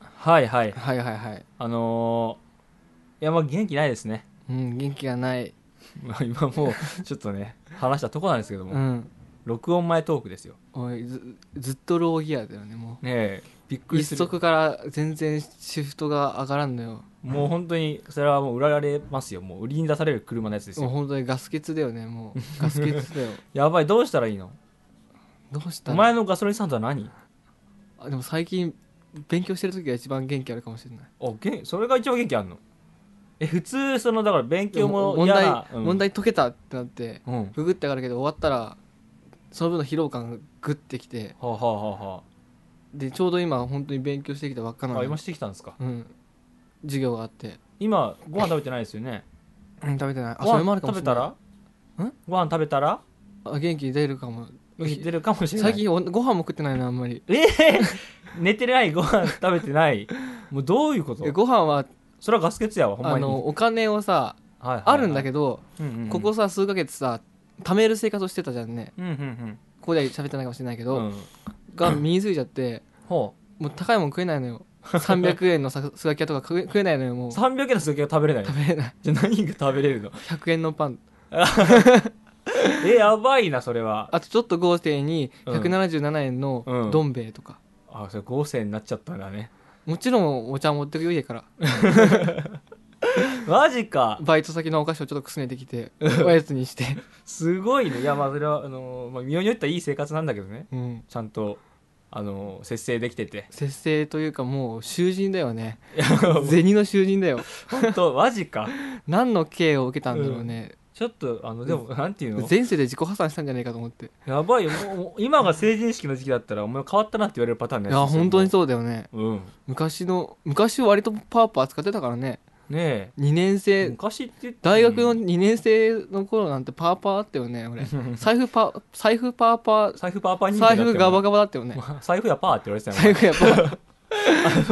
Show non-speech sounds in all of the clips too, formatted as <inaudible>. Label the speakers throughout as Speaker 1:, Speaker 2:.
Speaker 1: はいはい
Speaker 2: はいはいはい。
Speaker 1: あのー、いやまあ元気ないですね <laughs>
Speaker 2: うん、元気がない。
Speaker 1: まあ今もうちょっとね話したとこなんですけども、
Speaker 2: うん。
Speaker 1: 録音前トークですよ
Speaker 2: おい、ず、ずっとローギアだよね、も
Speaker 1: ねえびっく
Speaker 2: う。
Speaker 1: りす
Speaker 2: 一
Speaker 1: る
Speaker 2: 足から全然シフトが上がらんのよ。
Speaker 1: もう本当にそれはもう売られますよもう売りに出される車のやつです
Speaker 2: もう
Speaker 1: よ
Speaker 2: 本当にガス欠だよね、
Speaker 1: <laughs>
Speaker 2: もう。ガス欠だよ。
Speaker 1: やばいどうしたらいいの
Speaker 2: どうした
Speaker 1: お
Speaker 2: の
Speaker 1: 前のガソリンスタンドは何
Speaker 2: あでも最近、勉強してる時が一番元気あるかもしれない。
Speaker 1: あげそれが一番元気あんのえ普通そのだから勉強も
Speaker 2: 問
Speaker 1: 嫌
Speaker 2: 題
Speaker 1: な、うん
Speaker 2: 問題解けたってなって、
Speaker 1: うんは
Speaker 2: ググって上がるけど終わったら、その分の疲労感がグッてきて、
Speaker 1: あ、はあはあは
Speaker 2: で、ちょうど今本当に勉強してきたばっかな
Speaker 1: あ、あ
Speaker 2: の
Speaker 1: 今
Speaker 2: よ。
Speaker 1: してきたんですか
Speaker 2: うん。授業があって。
Speaker 1: 今ご飯食べてないですよね
Speaker 2: うん、食べてない。あ、
Speaker 1: ご
Speaker 2: それも
Speaker 1: 飯
Speaker 2: あるかも
Speaker 1: 食
Speaker 2: し
Speaker 1: べ
Speaker 2: れな
Speaker 1: た
Speaker 2: い。
Speaker 1: らご飯食べたら
Speaker 2: あ元気出るかも
Speaker 1: 言ってるかもしれない
Speaker 2: 最近おご飯も食ってないなあんまり
Speaker 1: ええ寝てないご飯食べてないもうどういうこと
Speaker 2: えご飯は
Speaker 1: それはガス欠やわほんま
Speaker 2: あ
Speaker 1: に
Speaker 2: のお金をさ
Speaker 1: はいはいはい
Speaker 2: あるんだけど、
Speaker 1: うんうんうん
Speaker 2: ここさ数ヶ月さ貯める生活をしてたじゃんね
Speaker 1: うんうん
Speaker 2: ここでは喋ってないかもしれないけ
Speaker 1: う
Speaker 2: ど、
Speaker 1: んうん
Speaker 2: が身についちゃって
Speaker 1: ほ
Speaker 2: もう高いもん食えないの
Speaker 1: <laughs>
Speaker 2: よ300円のさスガキ屋とか食え食えないのよも
Speaker 1: う
Speaker 2: う食
Speaker 1: 300円のすきが食べれない
Speaker 2: べれない
Speaker 1: じゃあ何が食べれるの
Speaker 2: 100円のパン
Speaker 1: えやばいなそれは
Speaker 2: あとちょっと豪邸に
Speaker 1: うん
Speaker 2: 177円の
Speaker 1: うん
Speaker 2: どん兵衛とか、
Speaker 1: あそれ合成になっちゃったんだね
Speaker 2: もちろんお茶持ってくよ家から
Speaker 1: マジか
Speaker 2: バイト先のお菓子をちょっとくすねてきておやつにして、
Speaker 1: すごいねいやまあそれはあのーまあ、身をによってはいい生活なんだけどね
Speaker 2: うん、
Speaker 1: ちゃんとあのー節制できてて
Speaker 2: 節制というかもう囚人だ
Speaker 1: <laughs>
Speaker 2: よね
Speaker 1: いやもう
Speaker 2: 銭の囚人だよ
Speaker 1: 本当マジか
Speaker 2: 何の刑を受けたんだろうね、
Speaker 1: ちょっとあのでもなんていうの
Speaker 2: 前世で自己破産したんじゃないかと思ってい
Speaker 1: やばいよもうもう今が成人式の時期だったらお前変わったなって言われるパターンの
Speaker 2: や
Speaker 1: やつですよ
Speaker 2: 本当に
Speaker 1: も
Speaker 2: そうだよね
Speaker 1: ううん
Speaker 2: 昔の昔割とパーパー使ってたからね
Speaker 1: ね
Speaker 2: 2年
Speaker 1: え
Speaker 2: 生
Speaker 1: 昔って言って
Speaker 2: 大学の
Speaker 1: うん
Speaker 2: 2年生の頃なんてパーパーあったよね俺財布パー財布パーパー
Speaker 1: 財布パーパーに
Speaker 2: 財布ガバガバだったよね
Speaker 1: <laughs> 財布やパーって言われてたよ
Speaker 2: 財布やっぱ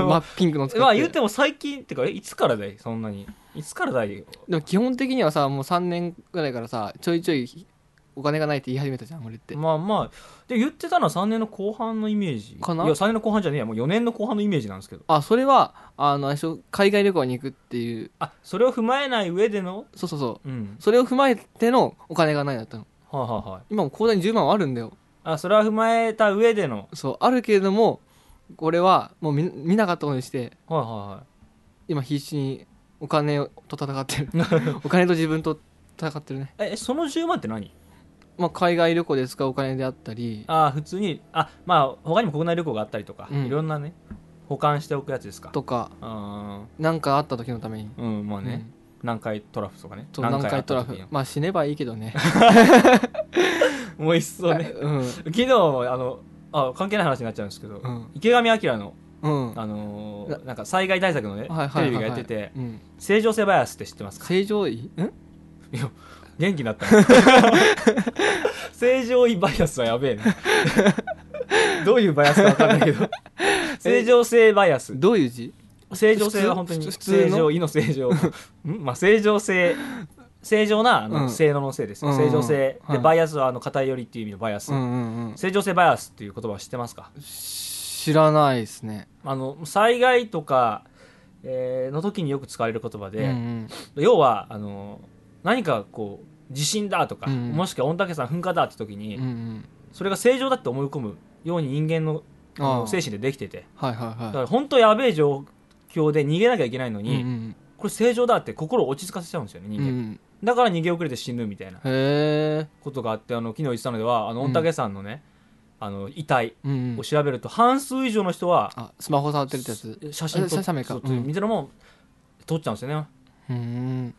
Speaker 2: 真っピンクの使
Speaker 1: <laughs> え <laughs>
Speaker 2: って、
Speaker 1: まあ言うても最近ってかえいつからだいそんなにいつからだい
Speaker 2: でも基本的にはさもう3年ぐらいからさちょいちょいお金がないって言い始めたじゃん俺って
Speaker 1: まあまあで言ってたのは3年の後半のイメージ
Speaker 2: かない
Speaker 1: や3年の後半じゃねえやもう4年の後半のイメージなんですけど
Speaker 2: あそれはあのあれでしょ海外旅行に行くっていう
Speaker 1: あそれを踏まえない上での
Speaker 2: そうそうそ
Speaker 1: うん
Speaker 2: うそれを踏まえてのお金がないだったの
Speaker 1: はいはいはい
Speaker 2: 今も口座に10万はあるんだよ
Speaker 1: あそれは踏まえた上での
Speaker 2: そうあるけれども俺はもう見見なかったことにして
Speaker 1: はいは
Speaker 2: 今必死にお金をと戦ってる <laughs> お金と自分と戦ってるね、
Speaker 1: <laughs> いはいえその10万って何
Speaker 2: まあ、海外旅行で使うお金であったり
Speaker 1: あ普通にあまあ他にも国内旅行があったりとか、
Speaker 2: うん
Speaker 1: いろんなね保管しておくやつですか
Speaker 2: とか
Speaker 1: あ
Speaker 2: 何かあった時のために、
Speaker 1: ーうんまあね、
Speaker 2: うん
Speaker 1: 南海トラフとかね
Speaker 2: そう南海トラ
Speaker 1: あっ
Speaker 2: フ
Speaker 1: た時
Speaker 2: まあ死ねばいいけ
Speaker 1: <laughs>
Speaker 2: どね
Speaker 1: のもう一層ね
Speaker 2: <laughs> うん
Speaker 1: 昨日もあのあ関係ない話になっちゃうんですけど、
Speaker 2: うん
Speaker 1: 池上彰の、
Speaker 2: うん
Speaker 1: あのーなんか災害対策のね、
Speaker 2: はいはいはい
Speaker 1: <laughs>
Speaker 2: はい
Speaker 1: テレビがやってて
Speaker 2: うん
Speaker 1: 「正常性バイアス」って知ってますか
Speaker 2: 正常位ん
Speaker 1: 元気になった
Speaker 2: <laughs>
Speaker 1: ね正常位バイアスはやべえなどういうバイアスか分かんないけ
Speaker 2: <laughs>
Speaker 1: ど正常性バイアス
Speaker 2: どういう字
Speaker 1: 正常性は本当に
Speaker 2: 普通の
Speaker 1: 正常位の正
Speaker 2: <laughs>
Speaker 1: 常んまあ正常性正常なあの、
Speaker 2: うん
Speaker 1: 性能の性ですよ
Speaker 2: うん
Speaker 1: 正常性、
Speaker 2: はい
Speaker 1: でバイアスはあの偏りっていう意味のバイアス、
Speaker 2: うんうんうん
Speaker 1: 正常性バイアスっていう言葉は知ってますか
Speaker 2: 知らないですね、
Speaker 1: あの災害とか、えーの時によく使われる言葉で、
Speaker 2: うん
Speaker 1: 要はあの何かこう地震だとか、
Speaker 2: うん
Speaker 1: もしくは御嶽山噴火だって時
Speaker 2: う
Speaker 1: に、
Speaker 2: んうん
Speaker 1: それが正常だって思い込むように人間のあの
Speaker 2: あー
Speaker 1: 精神でできてて
Speaker 2: はいは
Speaker 1: だ
Speaker 2: い
Speaker 1: か
Speaker 2: は
Speaker 1: ら本当やべえ状況で逃げなきゃいけないの
Speaker 2: いうん
Speaker 1: に、これ正常だって心を落ち着かせちゃうんですよね
Speaker 2: うんう
Speaker 1: 人
Speaker 2: んう
Speaker 1: 間、
Speaker 2: ん
Speaker 1: だから逃げ遅れて死ぬみたいな
Speaker 2: へえ
Speaker 1: ことがあってあの昨日言ってたのではあの御嶽山のね、あの遺体
Speaker 2: うんうん
Speaker 1: を調べると半数以上の人は
Speaker 2: あスマホ触ってるってやつ
Speaker 1: 写真撮
Speaker 2: あ写メか
Speaker 1: そう
Speaker 2: うん
Speaker 1: 見てるもん撮っちゃうんですよね
Speaker 2: うん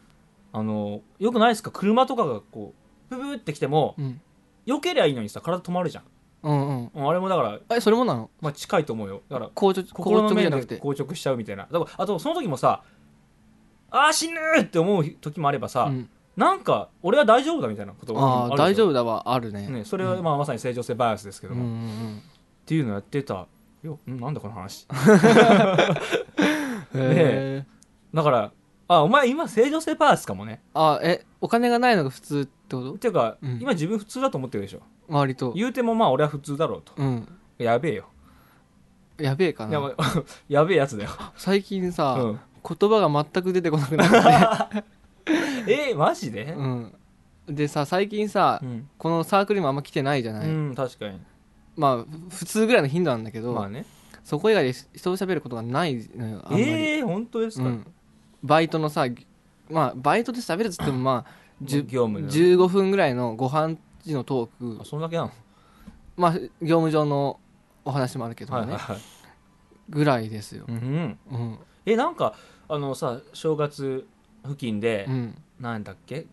Speaker 1: あのよくないですか車とかがこうブブーってきても
Speaker 2: うん
Speaker 1: 避けりゃいいのにさ体止まるじゃん
Speaker 2: うんうん
Speaker 1: うんあれもだから、
Speaker 2: えそれもなの
Speaker 1: まあ、近いと思うよだから
Speaker 2: 紅茶
Speaker 1: 心の
Speaker 2: 紅茶じ
Speaker 1: 面
Speaker 2: ゃなく
Speaker 1: で
Speaker 2: て
Speaker 1: 硬直しちゃうみたいなだからあとその時もさあー死ぬーって思う時もあればさ、
Speaker 2: うん
Speaker 1: なんか俺は大丈夫だみたいなこと
Speaker 2: ああ
Speaker 1: るで
Speaker 2: 大
Speaker 1: しょ
Speaker 2: 丈夫だわあるね
Speaker 1: ね、それはまあまさに正常性バイアスですけ
Speaker 2: うん
Speaker 1: ど
Speaker 2: うん
Speaker 1: も、
Speaker 2: う
Speaker 1: っ
Speaker 2: ん
Speaker 1: ていうのやってたよんなんだこの話
Speaker 2: へえ
Speaker 1: だからあお前今正常性バイアスかもね
Speaker 2: あえお金がないのが普通ってこと
Speaker 1: っていうか、
Speaker 2: うん
Speaker 1: 今自分普通だと思ってるでしょ
Speaker 2: 割と
Speaker 1: 言うてもまあ俺は普通だろうと
Speaker 2: うん
Speaker 1: やべえよ
Speaker 2: やべえか
Speaker 1: いや <laughs>
Speaker 2: な
Speaker 1: まあやべえやつだよ、
Speaker 2: 最近さ、
Speaker 1: うん、
Speaker 2: 言葉が全く出てこなく
Speaker 1: <laughs>
Speaker 2: なっ
Speaker 1: えー、マジ
Speaker 2: て、
Speaker 1: で
Speaker 2: うん、でさ最近さ、
Speaker 1: うん、
Speaker 2: このサークルにもあんま来てないじゃない、
Speaker 1: うん、確かに
Speaker 2: まあ普通ぐらいの頻度なんだけど、
Speaker 1: まあね
Speaker 2: そこ以外で人と喋ることがないのよあんまり、
Speaker 1: えー、本当です
Speaker 2: う
Speaker 1: か、
Speaker 2: ん、バイトのさまあバイトで喋るっつってもまあじゅ
Speaker 1: 業務の
Speaker 2: 15分ぐらいのご飯時のトー
Speaker 1: あ
Speaker 2: ク
Speaker 1: そんだけなの、
Speaker 2: まあ業務上のお話もあるけどね、
Speaker 1: はいはいはい、
Speaker 2: ぐらいですよ、
Speaker 1: うん、
Speaker 2: うん
Speaker 1: えなんかあのさ正月付近で、
Speaker 2: うん、
Speaker 1: なんだっけ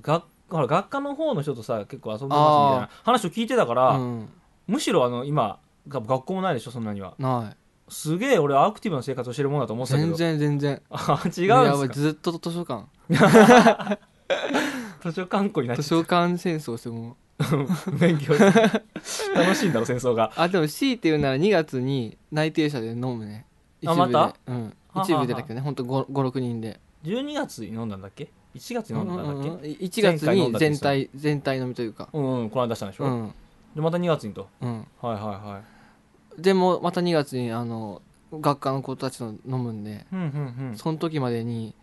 Speaker 1: 学ほら学科の方の人とさ結構遊んでますみたいな話を聞いてたから、
Speaker 2: うん、
Speaker 1: むしろあの今が学校もないでしょそんなには
Speaker 2: な
Speaker 1: すげえ俺アクティブな生活をしてるもんだと思
Speaker 2: い
Speaker 1: ってたけ
Speaker 2: 全
Speaker 1: ど
Speaker 2: 然全然
Speaker 1: <laughs> あ違
Speaker 2: や
Speaker 1: うん
Speaker 2: ば
Speaker 1: で
Speaker 2: い
Speaker 1: すか
Speaker 2: ずっと図書館
Speaker 1: 図書館庫になっ
Speaker 2: 図
Speaker 1: て
Speaker 2: 書館戦争してもう
Speaker 1: 勉強して楽しいんだろ戦争が
Speaker 2: あでも C っていうなら2月に内定者で飲むね一
Speaker 1: あ
Speaker 2: 部で、
Speaker 1: ま
Speaker 2: うん
Speaker 1: はは
Speaker 2: 一部でだけどねほんと56人で
Speaker 1: 12月に飲んだんだっけ1月に飲んだんだっけ
Speaker 2: 1月
Speaker 1: 前回飲ん
Speaker 2: に
Speaker 1: だって
Speaker 2: 全体全体飲みというか
Speaker 1: うん、うん、この間出したんでしょ、
Speaker 2: うん
Speaker 1: でまた2月にと
Speaker 2: うん
Speaker 1: はいはいはい
Speaker 2: でもまた2月にあの学科の子たちと飲むんで
Speaker 1: うんうんうん
Speaker 2: その時までに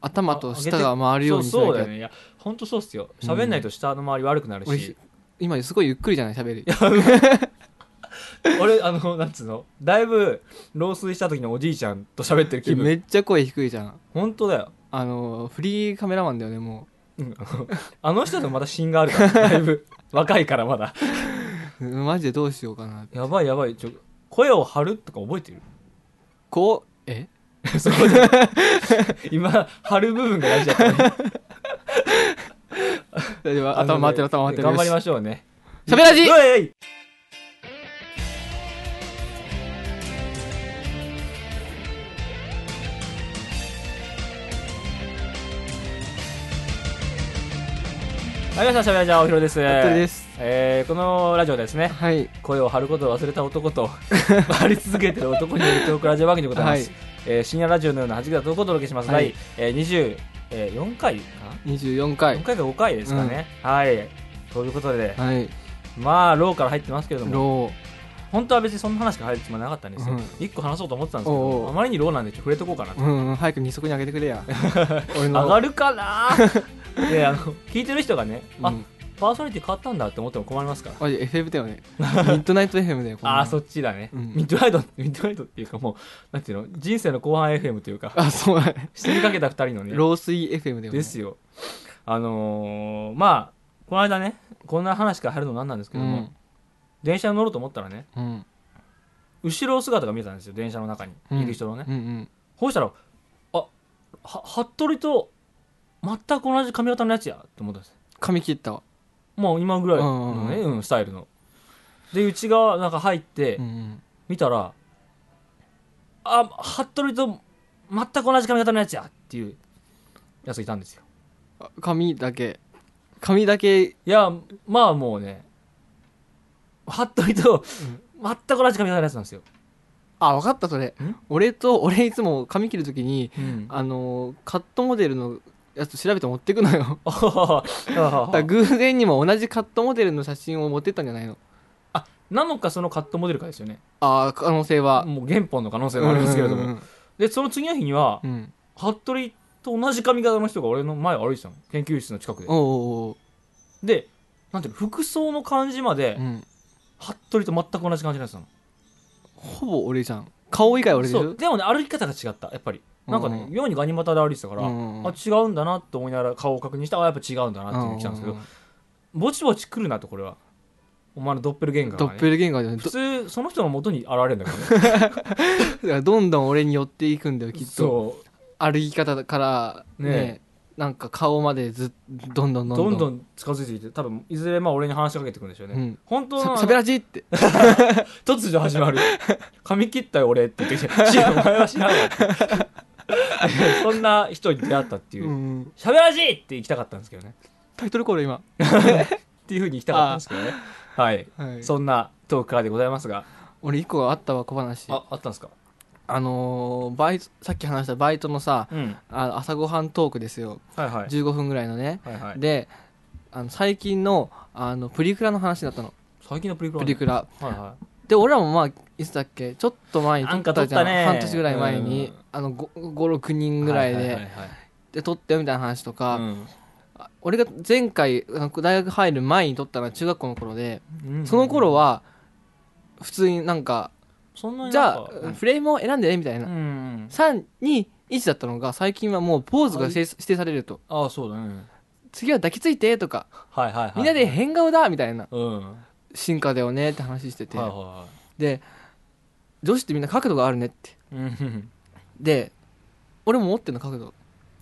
Speaker 2: 頭と
Speaker 1: あ
Speaker 2: 舌が回るよ
Speaker 1: そうう
Speaker 2: に
Speaker 1: そう
Speaker 2: しなきゃ
Speaker 1: だよねいや本当そうっすよ喋んないと下の周り悪くなる
Speaker 2: 俺
Speaker 1: し、
Speaker 2: ひ今すごいゆっくりじゃない喋り
Speaker 1: <laughs> 俺あのなんつうのだいぶ老衰した時のおじいちゃんと喋ってる気分
Speaker 2: めっちゃ声低いじゃん
Speaker 1: 本当だよ、
Speaker 2: あのフリーカメラマンだよねも
Speaker 1: うん、あのあの人とまた芯があるから <laughs> だいぶ若いからまだ
Speaker 2: う <laughs> うんマジでどうしようかな
Speaker 1: やばいやばいちょ声を張るとか覚えてる
Speaker 2: こうえ
Speaker 1: <laughs> そこで今張る部分が大事だった <laughs> ね
Speaker 2: 大丈夫頭回ってる頭回ってる
Speaker 1: 頑張りましょうね
Speaker 2: しゃべらじ
Speaker 1: うえいうはい、皆さん、しゃべらじゃおひろです。
Speaker 2: 服部です
Speaker 1: えーこのラジオですね、
Speaker 2: はい
Speaker 1: 声を張ることを忘れた男
Speaker 2: <laughs>
Speaker 1: と、張り続けてる男によるトークラジオ番組でございます。
Speaker 2: は
Speaker 1: えー深夜ラジオのような弾けたトークをお届けします。
Speaker 2: は
Speaker 1: はいい、えー、20、えー、4回かな
Speaker 2: 24
Speaker 1: 4
Speaker 2: 回
Speaker 1: 回か5回ですかね、はいということで、
Speaker 2: はい
Speaker 1: まあローから入ってますけれども
Speaker 2: ロ
Speaker 1: 本当は別にそんな話しか入るつもりなかったんですよ、
Speaker 2: うん
Speaker 1: 一1個話そうと思ってたんですけど
Speaker 2: おうおう
Speaker 1: あまりにローなんでちょっと触れとこうかな
Speaker 2: ーうんうん早く二足に上げてくれ
Speaker 1: <laughs>
Speaker 2: や俺の
Speaker 1: 上がるかな
Speaker 2: <laughs>
Speaker 1: であの聞いてる人がね、
Speaker 2: う
Speaker 1: あ
Speaker 2: ん
Speaker 1: パーソナリティ変わったんだって思っても困りますから
Speaker 2: マジ FM だよねミッドナイト FM だよこんなの
Speaker 1: ああそっちだね、
Speaker 2: うん
Speaker 1: ミッドナイトミッドナイトっていうかもうなんていうの人生の後半 FM という
Speaker 2: <laughs>
Speaker 1: か
Speaker 2: あそうだね
Speaker 1: 死にかけた2人のね
Speaker 2: 老衰 FM だよね
Speaker 1: ですよあのーまあこの間ねこんな話から入るのなんなんですけ
Speaker 2: う
Speaker 1: ども、
Speaker 2: ん
Speaker 1: 電車に乗ろうと思ったらね
Speaker 2: うん
Speaker 1: 後ろ姿が見えたんですよ電車の中に
Speaker 2: うん
Speaker 1: いる人のね、
Speaker 2: うんうん
Speaker 1: こうしたらあは服部と全く同じ髪型のやつやって思ったんです
Speaker 2: 髪切ったわ
Speaker 1: まあ今ぐらいのね、
Speaker 2: う
Speaker 1: うんスタイルので内側なんか入って
Speaker 2: うん
Speaker 1: 見たら、あ服部と全く同じ髪型のやつやっていうやつがいたんですよ
Speaker 2: あ髪だけ髪だけ
Speaker 1: いやまあもうね服部と全く同じ髪型のやつなんですよ、
Speaker 2: あ分かったそれ俺と俺いつも髪切るときに
Speaker 1: <laughs> うん、
Speaker 2: あのーカットモデルのやつ調べて持ってくのよ
Speaker 1: あは
Speaker 2: だから
Speaker 1: は
Speaker 2: 偶然にも同じカットモデルの写真を持ってったんじゃないの
Speaker 1: なのかそのカットモデルかですよね
Speaker 2: ああ可能性は
Speaker 1: もう原本の可能性もあるんですけれども、
Speaker 2: うんうん
Speaker 1: でその次の日には
Speaker 2: うんうん
Speaker 1: 服部と同じ髪型の人が俺の前を歩いてたの研究室の近くで
Speaker 2: おうおうおう
Speaker 1: でなんていうの服装の感じまで
Speaker 2: うん
Speaker 1: 服部と全く同じ感じのやつなの
Speaker 2: ほぼ俺じゃん顔以外俺でしょ
Speaker 1: そうでもね歩き方が違ったやっぱりなんかね
Speaker 2: うん
Speaker 1: 妙にガニ股で歩いてたから、
Speaker 2: うんうん
Speaker 1: あ違うんだなと思いながら顔を確認してあやっぱ違うんだなっていうのが来たんですけど、
Speaker 2: うう
Speaker 1: ぼちぼち来るなとこれはお前のドッペルゲンガー
Speaker 2: ド
Speaker 1: が、
Speaker 2: ッ
Speaker 1: ね、
Speaker 2: ペルゲンガーじゃない
Speaker 1: 普
Speaker 2: ど
Speaker 1: 通その人の元に現れるんだからね
Speaker 2: だからどんどん俺に寄っていくんだよきっと
Speaker 1: そう
Speaker 2: 歩き方からね
Speaker 1: ね
Speaker 2: なんか顔までずっどんどんどんど
Speaker 1: ど
Speaker 2: ん
Speaker 1: んどん近づいてきて多分いずれまあ俺に話しかけてくるんでしょうね、
Speaker 2: うん
Speaker 1: 本当のあ
Speaker 2: さ
Speaker 1: の
Speaker 2: しゃべらじって
Speaker 1: 突如始まる <laughs> 「髪切ったよ俺」って言ってきて「 <laughs> 知らんお前は知らんわ」ってそんな人に出会ったっていううん「しゃべらしい!」って行きたかったんですけどね
Speaker 2: タイトルコール今
Speaker 1: っていうふうに行きたかったんですけどねはい、
Speaker 2: はい
Speaker 1: そんなトークからでございますが
Speaker 2: 俺一個あったわ小話あ
Speaker 1: ああったんですか
Speaker 2: のーバイトさっき話したバイトのさ
Speaker 1: うん
Speaker 2: あ朝ごはんトークですよ
Speaker 1: はいはい
Speaker 2: 15分ぐらいのね
Speaker 1: はいはい
Speaker 2: であの最近のあのプリクラの話だったの
Speaker 1: 最近のプリクラ
Speaker 2: プ
Speaker 1: ね
Speaker 2: リクラ
Speaker 1: はいは
Speaker 2: で俺らもまあいつだっけちょっと前に
Speaker 1: な
Speaker 2: 撮
Speaker 1: ん
Speaker 2: っ
Speaker 1: か撮
Speaker 2: た
Speaker 1: っ
Speaker 2: じゃ
Speaker 1: た
Speaker 2: ん、
Speaker 1: ね
Speaker 2: 半年ぐらい前に、
Speaker 1: うん
Speaker 2: あの56人ぐらいで、
Speaker 1: はははは
Speaker 2: で撮ったよみたいな話とか、
Speaker 1: うん
Speaker 2: 俺が前回あの大学入る前に撮ったのは中学校の頃で、
Speaker 1: うん
Speaker 2: その頃は普通になんか
Speaker 1: そんなに
Speaker 2: じ
Speaker 1: なん
Speaker 2: ゃ
Speaker 1: か
Speaker 2: あフレームを選んでねみたいな、
Speaker 1: うん
Speaker 2: 321だったのが最近はもうポーズが指指定されると
Speaker 1: ああそうだね
Speaker 2: 次は抱きついてとか
Speaker 1: はいはいはい
Speaker 2: みんなで変顔だみたいな
Speaker 1: うんは
Speaker 2: 進化だよねって話して
Speaker 1: い
Speaker 2: て、
Speaker 1: はいは
Speaker 2: で女子ってみんな角度があるねって
Speaker 1: いうん
Speaker 2: で俺も持ってるの角度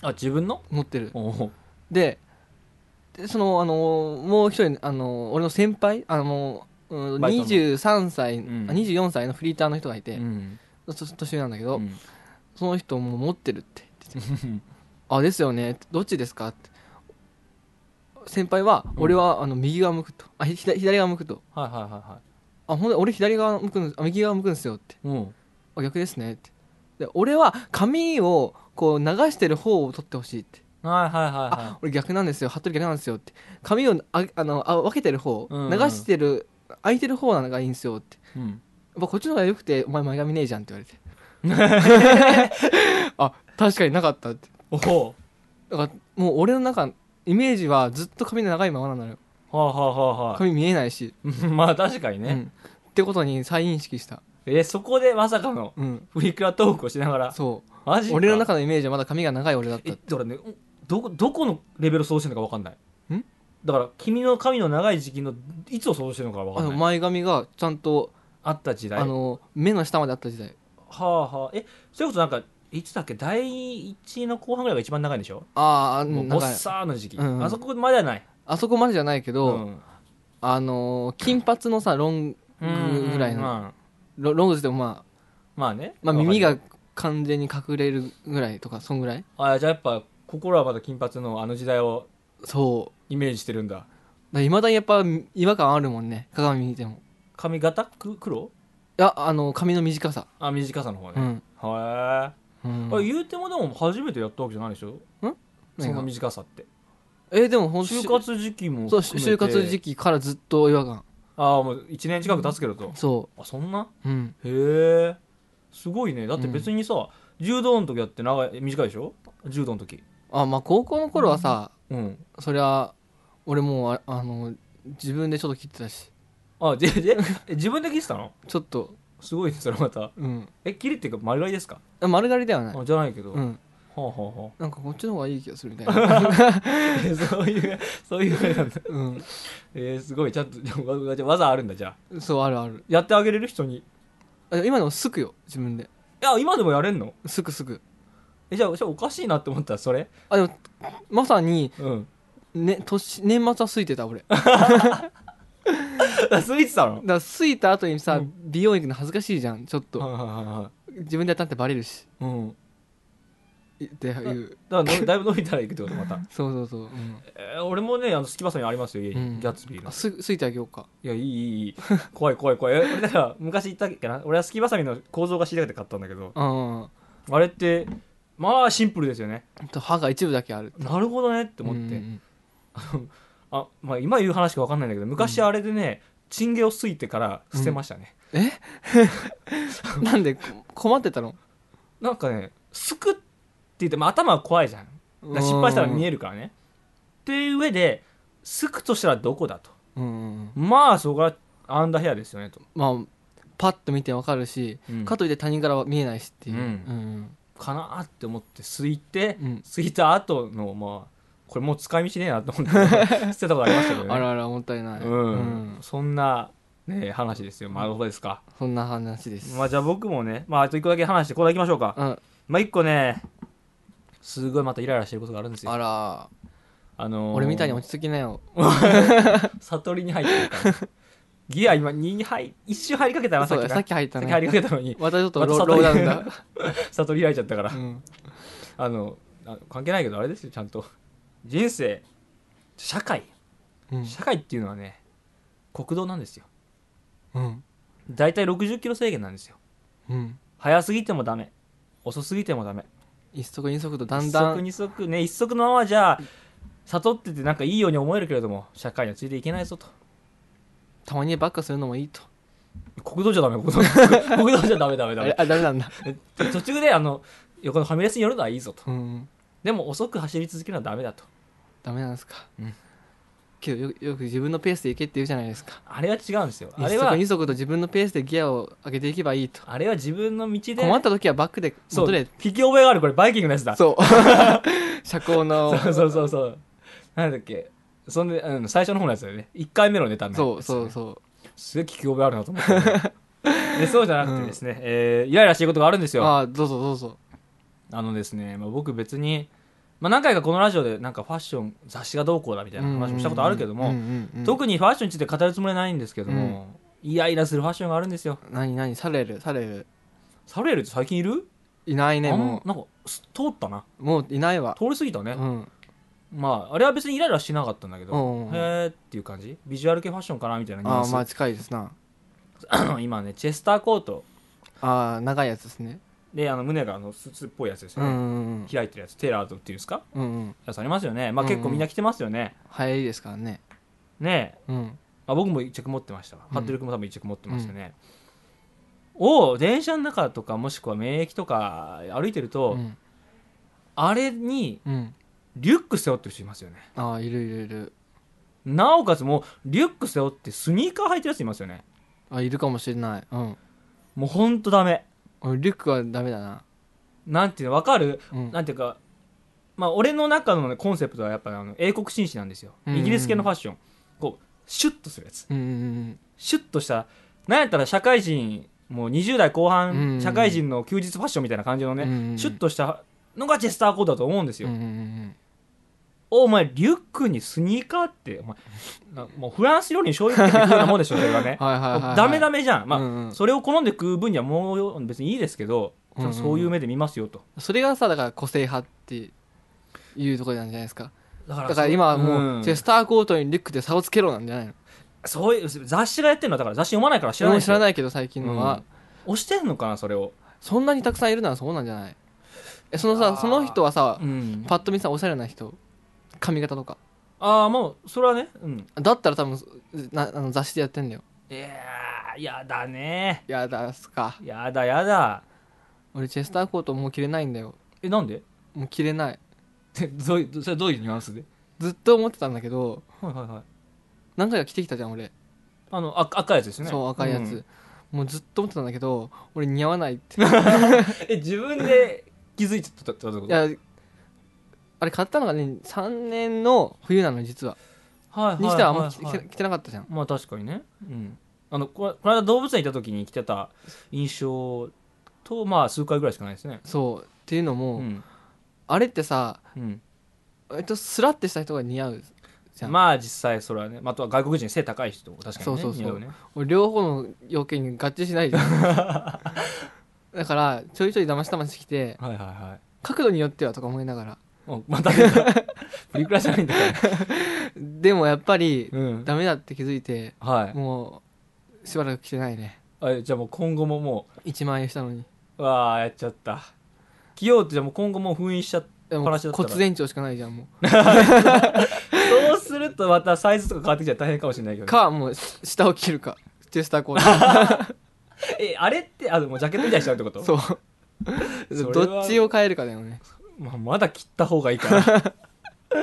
Speaker 1: あ自分の
Speaker 2: 持ってる
Speaker 1: おお
Speaker 2: ででそのあのもう一人あの俺の先輩あのうん
Speaker 1: バイトの
Speaker 2: 23歳、
Speaker 1: うん
Speaker 2: あ24歳のフリーターの人がいて、
Speaker 1: うん
Speaker 2: そ年上なんだけど、
Speaker 1: うん
Speaker 2: その人も持ってるって言っててあですよねどっちですか?」って先輩は「
Speaker 1: うん
Speaker 2: 俺はあの右側向くと」あひ左左側向くと
Speaker 1: はいはいはいは
Speaker 2: 「あほんで俺左側向くんあ右側向くんですよ」って
Speaker 1: いうん
Speaker 2: 「あ逆ですね」ってで俺は髪をこう流してる方を取ってほしいって
Speaker 1: はいはいはい
Speaker 2: あ
Speaker 1: は
Speaker 2: 俺逆なんですよ服部逆なんですよって髪をああのあ分けてる方
Speaker 1: うんうん
Speaker 2: 流してる空いてる方なのがいいんですよって
Speaker 1: いうん
Speaker 2: やっぱこっちの方が良くてお前前髪ねえじゃんって言わ
Speaker 1: <laughs>
Speaker 2: れてあ確かになかったって
Speaker 1: おお
Speaker 2: だからもう俺の中イメージはずっと髪の長いままなのよ
Speaker 1: はあはあはあはあ
Speaker 2: 髪見えないし、
Speaker 1: うん <laughs> まあ確かに
Speaker 2: う
Speaker 1: ね
Speaker 2: んってことに再認識した
Speaker 1: えそこでまさかの
Speaker 2: うん
Speaker 1: プリクラトークをしながら
Speaker 2: そ
Speaker 1: マ
Speaker 2: う
Speaker 1: ジか
Speaker 2: 俺の中のイメージはまだ髪が長い俺だった
Speaker 1: えだからねどこどこのレベルを想像してるのか分かんない
Speaker 2: ん
Speaker 1: だから君の髪の長い時期のいつを想像してるのか分
Speaker 2: あ
Speaker 1: か
Speaker 2: の
Speaker 1: んない
Speaker 2: 前髪がちゃんと
Speaker 1: あった時代
Speaker 2: あの目の下まであった時代
Speaker 1: はあはあえそれこそなんかいつだっけ第1の後半ぐらいが一番長いんでしょ
Speaker 2: ああ
Speaker 1: もうボ
Speaker 2: 長
Speaker 1: ッ
Speaker 2: い
Speaker 1: サーの時期、
Speaker 2: うんうん
Speaker 1: あそこまではない、
Speaker 2: あそこまでじゃないけど、
Speaker 1: ん
Speaker 2: あのー金髪のさロングぐらいの、
Speaker 1: まあ、
Speaker 2: ロロングでもまあ、
Speaker 1: まあね
Speaker 2: まあ、耳
Speaker 1: わ
Speaker 2: が
Speaker 1: か
Speaker 2: 完全に隠れるぐらいとかそんぐらい
Speaker 1: るあじゃあやっぱ心はまだ金髪のあの時代を
Speaker 2: そう
Speaker 1: イメージしてるんだ
Speaker 2: いまだにやっぱ違和感あるもんね鏡見ても
Speaker 1: 髪型く黒
Speaker 2: いやあの髪の短さ
Speaker 1: あ短さの方
Speaker 2: う
Speaker 1: ね、
Speaker 2: ん、
Speaker 1: は
Speaker 2: う
Speaker 1: い、
Speaker 2: ん
Speaker 1: あ、言うてもでも初めてやったわけじゃないでしょそ
Speaker 2: 何
Speaker 1: んな
Speaker 2: が
Speaker 1: 短さって
Speaker 2: えでもほん
Speaker 1: 就活時期も
Speaker 2: そう
Speaker 1: 含めて
Speaker 2: 就活時期からずっと違和感
Speaker 1: ああもう1年近く経つけどと、
Speaker 2: そ
Speaker 1: あそんな
Speaker 2: ううん
Speaker 1: へえすごいねだって別にさ、柔道の時だって長い短いでしょ柔道の時
Speaker 2: あまあ高校の頃はさ、
Speaker 1: うん
Speaker 2: そりゃ俺もうああの自分でちょっと切ってたし
Speaker 1: あじじ自分で切ってたの
Speaker 2: ちょっと
Speaker 1: すごいねそれまた
Speaker 2: うん
Speaker 1: え切りっていうか丸刈りですか、
Speaker 2: 丸刈りではない、
Speaker 1: あじゃないけど、
Speaker 2: う
Speaker 1: は
Speaker 2: ん、
Speaker 1: あはあは
Speaker 2: なんかこっちの方がいい気がするみたい <laughs> な、
Speaker 1: あえ <laughs> そういうそういうあれなんだ
Speaker 2: うん、
Speaker 1: えー、すごいちゃんとでもわわざあるんだじゃあ
Speaker 2: そうあるある
Speaker 1: やってあげれる人にい
Speaker 2: あ今でもすくよ自分で
Speaker 1: や今でもやれんの
Speaker 2: すくすく
Speaker 1: えじゃあじゃあおかしいなって思ったらそれ
Speaker 2: あでもまさに、
Speaker 1: うん
Speaker 2: ね、年年末はすいてた俺
Speaker 1: <laughs>
Speaker 2: だか
Speaker 1: あそう言ってたの
Speaker 2: らすいた後にさ、
Speaker 1: う
Speaker 2: 美容院行くの恥ずかしいじゃんちょっと
Speaker 1: はいはいはいは
Speaker 2: 自分でやったってバレるし
Speaker 1: いうん
Speaker 2: っていう
Speaker 1: だからのだいぶ伸びたらいくってことま
Speaker 2: <laughs>
Speaker 1: た
Speaker 2: そうそうそう、うん
Speaker 1: えー俺もねあの隙間さにありますよ家に、
Speaker 2: うん
Speaker 1: ギャッツビーの
Speaker 2: あすすいてあげようか
Speaker 1: いやいいいいいい怖い怖い怖いえ俺だから昔言ったっけな俺はすきばさみの構造が知りたくて買ったんだけど
Speaker 2: うん
Speaker 1: あれってまあシンプルですよね
Speaker 2: と歯が一部だけある
Speaker 1: なるほどねって
Speaker 2: と
Speaker 1: 思
Speaker 2: 思
Speaker 1: っ、
Speaker 2: ってて、
Speaker 1: あまあ、今言う話か分かんないんだけど昔あれでね、チンゲをすいてから捨てましたね、
Speaker 2: <laughs> なんで困ってたの
Speaker 1: なんかねすくって言って、まあ、頭は怖いじゃんだから失敗したら見
Speaker 2: え
Speaker 1: えるからねっていう上ですくとしたらどこだと
Speaker 2: うんうんうん
Speaker 1: まあそこがアンダーヘアですよねと、
Speaker 2: まあパッと見てわかるし、
Speaker 1: うん
Speaker 2: かといって他人からは見えないしっていう、
Speaker 1: うん
Speaker 2: うん
Speaker 1: かなーって思ってすいて、
Speaker 2: うん
Speaker 1: すいた後のまあこれもう使い道ねえなと思って <laughs> 捨てたことありましたけどね
Speaker 2: あらあらもったいない、
Speaker 1: うん
Speaker 2: うん
Speaker 1: そんな、ね、話ですよまあどうですか、
Speaker 2: そんな話です、
Speaker 1: まあじゃあ僕もねまああと一個だけ話してこれいきましょうか、
Speaker 2: うん、
Speaker 1: まあ一個ねすごいまたイライラしてることがあるんですよ
Speaker 2: あら
Speaker 1: あのー
Speaker 2: 俺みたいに落ち着きなよ
Speaker 1: 悟りに入ってるから
Speaker 2: <laughs>
Speaker 1: ギア今2に入一周入りかけたなさ
Speaker 2: そ
Speaker 1: っ
Speaker 2: う
Speaker 1: きな
Speaker 2: ださっき入った
Speaker 1: 先
Speaker 2: ね
Speaker 1: 入りかけたのに
Speaker 2: またちょっと
Speaker 1: また
Speaker 2: ロー
Speaker 1: 悟
Speaker 2: ロー
Speaker 1: り
Speaker 2: ダウ
Speaker 1: <laughs>
Speaker 2: ンだ、
Speaker 1: 悟り開いちゃったから
Speaker 2: うん
Speaker 1: あのあ関係ないけどあれですよちゃんと人生社会
Speaker 2: うん
Speaker 1: 社会っていうのはね国道なんですよ
Speaker 2: うん
Speaker 1: 大体60キロ制限なんですよ
Speaker 2: うん、
Speaker 1: 早すぎてもダメ遅すぎてもダメ
Speaker 2: 一足二足とだんだ
Speaker 1: 一足
Speaker 2: ん
Speaker 1: 二足ね一足のままじゃ悟っててなんかいいように思えるけれども社会にはついていけないぞと
Speaker 2: たまにばっかするのもいいと
Speaker 1: 国道じゃダメ、国道。国道じゃダメダメダ
Speaker 2: あれ
Speaker 1: メ。
Speaker 2: あダメなんだ、
Speaker 1: 途中で、あの、横のファミレスに寄るのはいいぞと。
Speaker 2: うん、
Speaker 1: でも遅く走り続けるのはダメだと。
Speaker 2: ダメなんですか、
Speaker 1: うん
Speaker 2: けどよよく自分のペースで行けって言うじゃないですか
Speaker 1: あれは違うんですよ。あ
Speaker 2: 一
Speaker 1: れ
Speaker 2: 足
Speaker 1: は、
Speaker 2: 二足と自分のペースでギアを上げていけばいいと
Speaker 1: あれは自分の道で。
Speaker 2: 困った時はバックで
Speaker 1: そう、
Speaker 2: 戻れ
Speaker 1: 聞き覚えがある、これ、バイキングのやつだ。
Speaker 2: そう <laughs> 車高
Speaker 1: <laughs>
Speaker 2: の
Speaker 1: そうそうそうそう。なんだっけ。そんで、うん、最初の方のやつだよね。1回目のネタの
Speaker 2: そう
Speaker 1: やつ
Speaker 2: そうそう
Speaker 1: すげえ聞き覚えあるなと思って、でそうじゃなくて <laughs> ですね、えーイライラしてることがあるんですよ。あ
Speaker 2: ああどうぞどうぞ
Speaker 1: のですね、まあ、僕別に、まあ、何回かこのラジオでなんかファッション、雑誌がどうこうだみたいな話もしたことあるけども、
Speaker 2: うんうんうん
Speaker 1: 特にファッションについて語るつもりはないんですけども、イライラするファッションがあるんですよ。
Speaker 2: 何何サレルサレル
Speaker 1: サルエルって最近いる
Speaker 2: いないね
Speaker 1: あん
Speaker 2: も
Speaker 1: なんかす通ったな。
Speaker 2: うもういないわ
Speaker 1: 通り過ぎたね。
Speaker 2: うん
Speaker 1: まあ、あれは別にイライラしなかったんだけど、
Speaker 2: うんうんうん
Speaker 1: へーっていう感じビジュアル系ファッションかなみたいなニュ
Speaker 2: あ
Speaker 1: ア
Speaker 2: あ
Speaker 1: ンス
Speaker 2: まあ近いですな
Speaker 1: <clears throat> 今ねチェスターコート
Speaker 2: ああ長いやつですね
Speaker 1: であの胸があのスーツっぽいやつです
Speaker 2: う
Speaker 1: よ
Speaker 2: ん
Speaker 1: ね、
Speaker 2: うん
Speaker 1: 開いてるやつテラードっていうんですか
Speaker 2: うんうんうん
Speaker 1: やつありますよねまあ
Speaker 2: うんうん
Speaker 1: 結構みんな着てますよね、
Speaker 2: 流行りですからね
Speaker 1: ねえ、
Speaker 2: うん
Speaker 1: まあ、僕も一着持ってましたわ
Speaker 2: うん
Speaker 1: 服部君も多分一着持ってましたね、を電車の中とかもしくは免疫とか歩いてる
Speaker 2: う
Speaker 1: と、
Speaker 2: ん
Speaker 1: あれに
Speaker 2: うん
Speaker 1: リュック背負ってる人いますよね
Speaker 2: ああいるいるいる
Speaker 1: なおかつもうリュック背負ってスニーカー履いてるやついますよね
Speaker 2: あいるかもしれないうん
Speaker 1: もうほんとダメ
Speaker 2: 俺リュックはダメだな
Speaker 1: なんていうのわかる
Speaker 2: うん
Speaker 1: なんていうか、まあ、俺の中のね、コンセプトはやっぱりあの英国紳士なんですよ、
Speaker 2: うんうんうん
Speaker 1: イギリス系のファッションこうシュッとするやつ
Speaker 2: うんうん
Speaker 1: シュッとしたなんやったら社会人もう20代後半、
Speaker 2: うんうんうん
Speaker 1: 社会人の休日ファッションみたいな感じの
Speaker 2: うん
Speaker 1: ね、
Speaker 2: うんうん
Speaker 1: シュッとしたのがチェスターコートだと思うんです
Speaker 2: う
Speaker 1: よ、
Speaker 2: んうんうん
Speaker 1: お前リュックにスニーカーってお前なもうフランス料理に醤油って食うようなもんでしょそれはね
Speaker 2: <laughs> はいはいはいはい
Speaker 1: ダメダメじゃん、まあ
Speaker 2: うんうん
Speaker 1: それを好んで食う分にはもう別にいいですけど、
Speaker 2: うんうん
Speaker 1: そういう目で見ますよと
Speaker 2: それがさだから個性派っていうところなんじゃないですか
Speaker 1: だか
Speaker 2: だから今はもうチェ
Speaker 1: ス
Speaker 2: スターコートにリュックで差をつけろなんじゃないの
Speaker 1: そういう雑誌がやってるのはだから雑誌読まないから知
Speaker 2: 俺
Speaker 1: らないで
Speaker 2: も知
Speaker 1: すよ
Speaker 2: らないけど最近のは、
Speaker 1: 押してんのかなそれを、
Speaker 2: そんなにたくさんいるならそうなんじゃないえその
Speaker 1: あ
Speaker 2: さ
Speaker 1: ー
Speaker 2: その人はさ
Speaker 1: うん
Speaker 2: パッと見さおしゃれな人髪型とか
Speaker 1: ああもうそれはねうん
Speaker 2: だったら多分なあの雑誌でやってんだよ
Speaker 1: いやーやだね
Speaker 2: やだっすか
Speaker 1: やだやだ
Speaker 2: 俺チェスターコートもう着れないんだよ
Speaker 1: えなん
Speaker 2: <laughs>
Speaker 1: で
Speaker 2: もう着れない
Speaker 1: どういうそれどういうニュアンスで
Speaker 2: ずっと思ってたんだけど
Speaker 1: はいはいはい
Speaker 2: 何回か着てきたじゃん俺
Speaker 1: あの赤赤いやつですよね
Speaker 2: そう赤いやつ、 <laughs>
Speaker 1: うん
Speaker 2: もうずっと思ってたんだけど俺似合わないって
Speaker 1: <laughs> え自分で気づいちゃったってこと
Speaker 2: いやあれ買ったのがね3年の冬なの実は
Speaker 1: はいはいはい、はい、
Speaker 2: にしてはあんま着着て着てなかったじゃん
Speaker 1: まあ確かにねうんあのここの間動物園行った時に着てた印象とまあ数回ぐらいしかないですね
Speaker 2: そうっていうのも、
Speaker 1: うん、
Speaker 2: あれってさ
Speaker 1: うん、
Speaker 2: えっとスラッてした人が似合うじゃん、
Speaker 1: まあ実際それはねまああとは外国人背高い人確かにね
Speaker 2: そうそうそう
Speaker 1: 似合ね
Speaker 2: 俺両方の要件に合致しないじゃ
Speaker 1: <laughs>
Speaker 2: んだからちょいちょい騙し騙し来て
Speaker 1: はいはいはい
Speaker 2: 角度によってはとか思いながら
Speaker 1: おまた出たプリクラじゃないんだから
Speaker 2: でもやっぱり
Speaker 1: <laughs> うん
Speaker 2: ダメだって気づいて
Speaker 1: はい
Speaker 2: もうしばらく着てないね
Speaker 1: あじゃあもう今後もも
Speaker 2: 1万円したのに
Speaker 1: ううわあやっちゃった着ようってじゃあもう今後もう封印しちゃっ
Speaker 2: でも
Speaker 1: パラシュートだったら
Speaker 2: 骨伝長しかないじゃんも
Speaker 1: そうするとまたサイズとか変わってきたら大変かもしれないけど
Speaker 2: う
Speaker 1: ね、
Speaker 2: かもうし下を切るかチェスターコー
Speaker 1: えあれってあでもジャケットみたいにしちゃうってこ
Speaker 2: ト
Speaker 1: と
Speaker 2: そう
Speaker 1: それは
Speaker 2: どっちを変えるかだよね
Speaker 1: まあ、まだ切った方がいいから
Speaker 2: <laughs>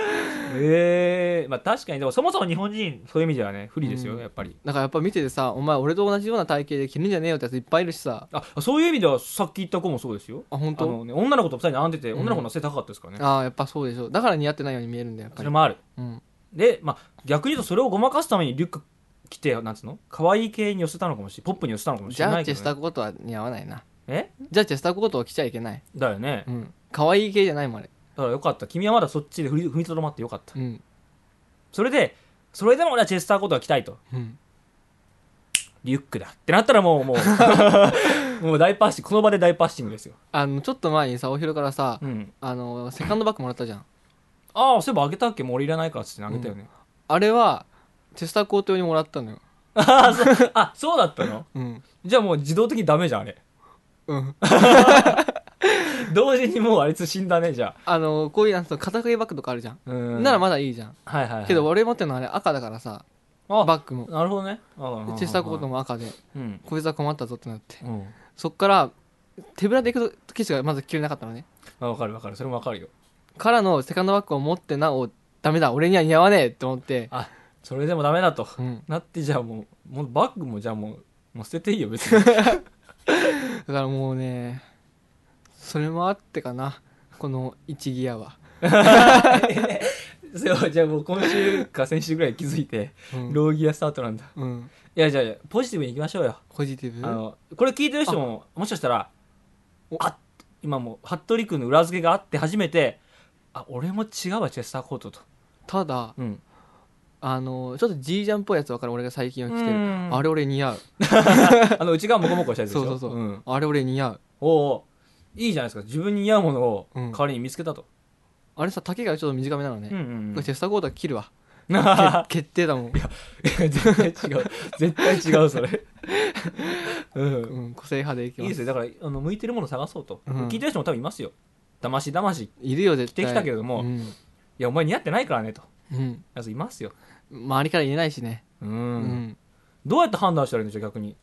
Speaker 1: ええまあ確かにでもそもそも日本人そういう意味ではね不利ですよ、
Speaker 2: うん
Speaker 1: やっぱり
Speaker 2: だからやっぱ見ててさお前俺と同じような体型で着るんじゃねえよってやついっぱいいるしさ
Speaker 1: あそういう意味ではさっき言った子もそうですよ
Speaker 2: あ本
Speaker 1: あ
Speaker 2: 当
Speaker 1: の、ね、女の子と二人並んでて
Speaker 2: うん
Speaker 1: 女の子の背高かったですからね、
Speaker 2: ああやっぱそうでしょだから似合ってないように見えるんだよや
Speaker 1: そ
Speaker 2: っぱ
Speaker 1: れ
Speaker 2: り、
Speaker 1: もある
Speaker 2: うん、
Speaker 1: で、まあ、逆に言うとそれをごまかすためにリュック着てなんつうの可愛い系に寄せたのかもしれポップに寄せたのかもし
Speaker 2: じ
Speaker 1: れ
Speaker 2: ゃ
Speaker 1: な
Speaker 2: あ
Speaker 1: い
Speaker 2: チ
Speaker 1: け
Speaker 2: ェ
Speaker 1: ど、
Speaker 2: ス
Speaker 1: ね、
Speaker 2: ターコートは似合わないな
Speaker 1: え
Speaker 2: じゃあチェスターコートを着ちゃいけない
Speaker 1: だよね
Speaker 2: うん可愛い系じゃないもんあれ
Speaker 1: だからよかった君はまだそっちで踏み踏みとどまってよかった
Speaker 2: うん
Speaker 1: それでそれでも俺はチェスターコートが着たいと
Speaker 2: うん
Speaker 1: リュックだってなったらもうも <laughs> うもう大パッシングこの場で大パッシングですよ、
Speaker 2: あのちょっと前にさおひろからさ
Speaker 1: うん、
Speaker 2: あのセカンドバッグもらったじゃん
Speaker 1: ああそういえばあげたっけもう俺いらないからっつってあげたよね、
Speaker 2: あれはチェスターコート用にもらったのよ
Speaker 1: ああそう <laughs> あそうだったの
Speaker 2: うん
Speaker 1: じゃあもう自動的にダメじゃんあれ
Speaker 2: うん
Speaker 1: 同時にもうあいつ死んだねじゃ
Speaker 2: あのこういうなんつうの肩掛けバッグとかあるじゃん、
Speaker 1: あうん
Speaker 2: ならまだいいじゃん
Speaker 1: はいはい、はい、
Speaker 2: けど俺持ってるのあれ赤だからさ
Speaker 1: あ
Speaker 2: バッグも
Speaker 1: なるほどねああ
Speaker 2: チェスターコートも赤で
Speaker 1: うん、
Speaker 2: こいつは困ったぞってなって
Speaker 1: うん、
Speaker 2: そっから手ぶらで行く景色がまず着れなかったのね
Speaker 1: あ分かる分かるそれも分かるよ
Speaker 2: からのセカンドバッグを持ってなおダメだ俺には似合わねえって思って、
Speaker 1: それでもダメだと
Speaker 2: うん、
Speaker 1: なってじゃあもうもうバッグもじゃあもうもう捨てていいよ別
Speaker 2: <laughs>
Speaker 1: に
Speaker 2: だからもうねそれもあってかなこの1ギアは、
Speaker 1: そうじゃあもう今週か先週ぐらい気づいて
Speaker 2: うん
Speaker 1: ローギアスタートなんだ
Speaker 2: うん、
Speaker 1: いやじゃあポジティブにいきましょうよ
Speaker 2: ポジティブ
Speaker 1: あのこれ聞いてる人ももしかしたら
Speaker 2: お
Speaker 1: あ今もう服部君の裏付けがあって初めてあ俺も違うわチェスターコートと、
Speaker 2: ただ <laughs>
Speaker 1: うん、
Speaker 2: あのちょっと G ジャンっぽいやつわかる俺が最近着てるあ
Speaker 1: あ
Speaker 2: れ俺似合う
Speaker 1: あの内側もこもこしたやつでしょ、
Speaker 2: そうそうそうんあれ俺似合う
Speaker 1: おおいいじゃないですか自分に似合うものを代わりに見つけたと、
Speaker 2: あれさ丈がちょっと短めなの
Speaker 1: うん
Speaker 2: ね、
Speaker 1: うん
Speaker 2: <laughs>
Speaker 1: うん
Speaker 2: チェスターコートは切
Speaker 1: <laughs>
Speaker 2: るわ
Speaker 1: い
Speaker 2: 決定だもん、
Speaker 1: や絶対違う絶対違うそ
Speaker 2: <laughs>
Speaker 1: れ、うん、
Speaker 2: うん、個性派でいき
Speaker 1: いい
Speaker 2: ま
Speaker 1: ですすよだからあの向いてるもの探そうと、
Speaker 2: うん
Speaker 1: 聞いてる人も多分いますよだましだましい
Speaker 2: いるよ絶対
Speaker 1: 着てきたけれども
Speaker 2: うん
Speaker 1: やお前似合ってないからねと
Speaker 2: うん
Speaker 1: やついますよ
Speaker 2: 周りから言えないしね
Speaker 1: う
Speaker 2: うんん
Speaker 1: どうやって判断したらいいんでしょう逆に
Speaker 2: ん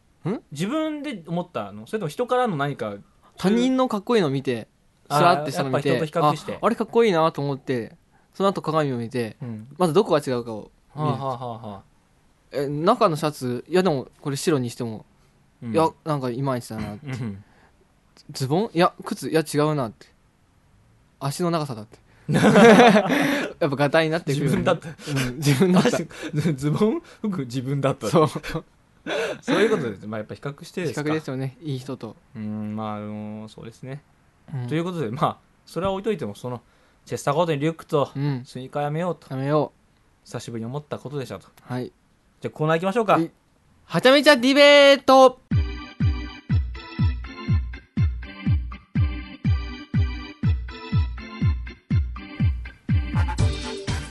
Speaker 1: 自分で思ったのそれとも人からの何か
Speaker 2: 他人のかっこいいの見てス
Speaker 1: あー
Speaker 2: ラってしたの見て
Speaker 1: やっぱ人と比較して
Speaker 2: ああれかっこいいなと思ってその後鏡を見て
Speaker 1: うん
Speaker 2: まずどこが違うかを見
Speaker 1: はあ
Speaker 2: る、
Speaker 1: はあはあはあ
Speaker 2: え中のシャツいやでもこれ白にしても、
Speaker 1: うん
Speaker 2: いやなんかいまいちだな
Speaker 1: うん
Speaker 2: ズボンいや靴いや違うなって足の長さだって
Speaker 1: <laughs>
Speaker 2: やっぱガタイになってく
Speaker 1: 自
Speaker 2: るよ
Speaker 1: 分
Speaker 2: ね
Speaker 1: だ <laughs> った
Speaker 2: うん自分だった
Speaker 1: ズズボン服自分だった
Speaker 2: そう
Speaker 1: そういうことですまあやっぱ比較してで
Speaker 2: 比
Speaker 1: すか
Speaker 2: 較ですよねいい人と、
Speaker 1: うんまああのそうですね
Speaker 2: うん
Speaker 1: ということでまあそれは置いといてもそのチェスターコートにリュックと
Speaker 2: うん
Speaker 1: スニーカーやめようと
Speaker 2: やめよ
Speaker 1: 久しぶりに思ったことでしたと
Speaker 2: うはい
Speaker 1: じゃあコーナー行きましょうか
Speaker 2: はいはちゃめちゃディベート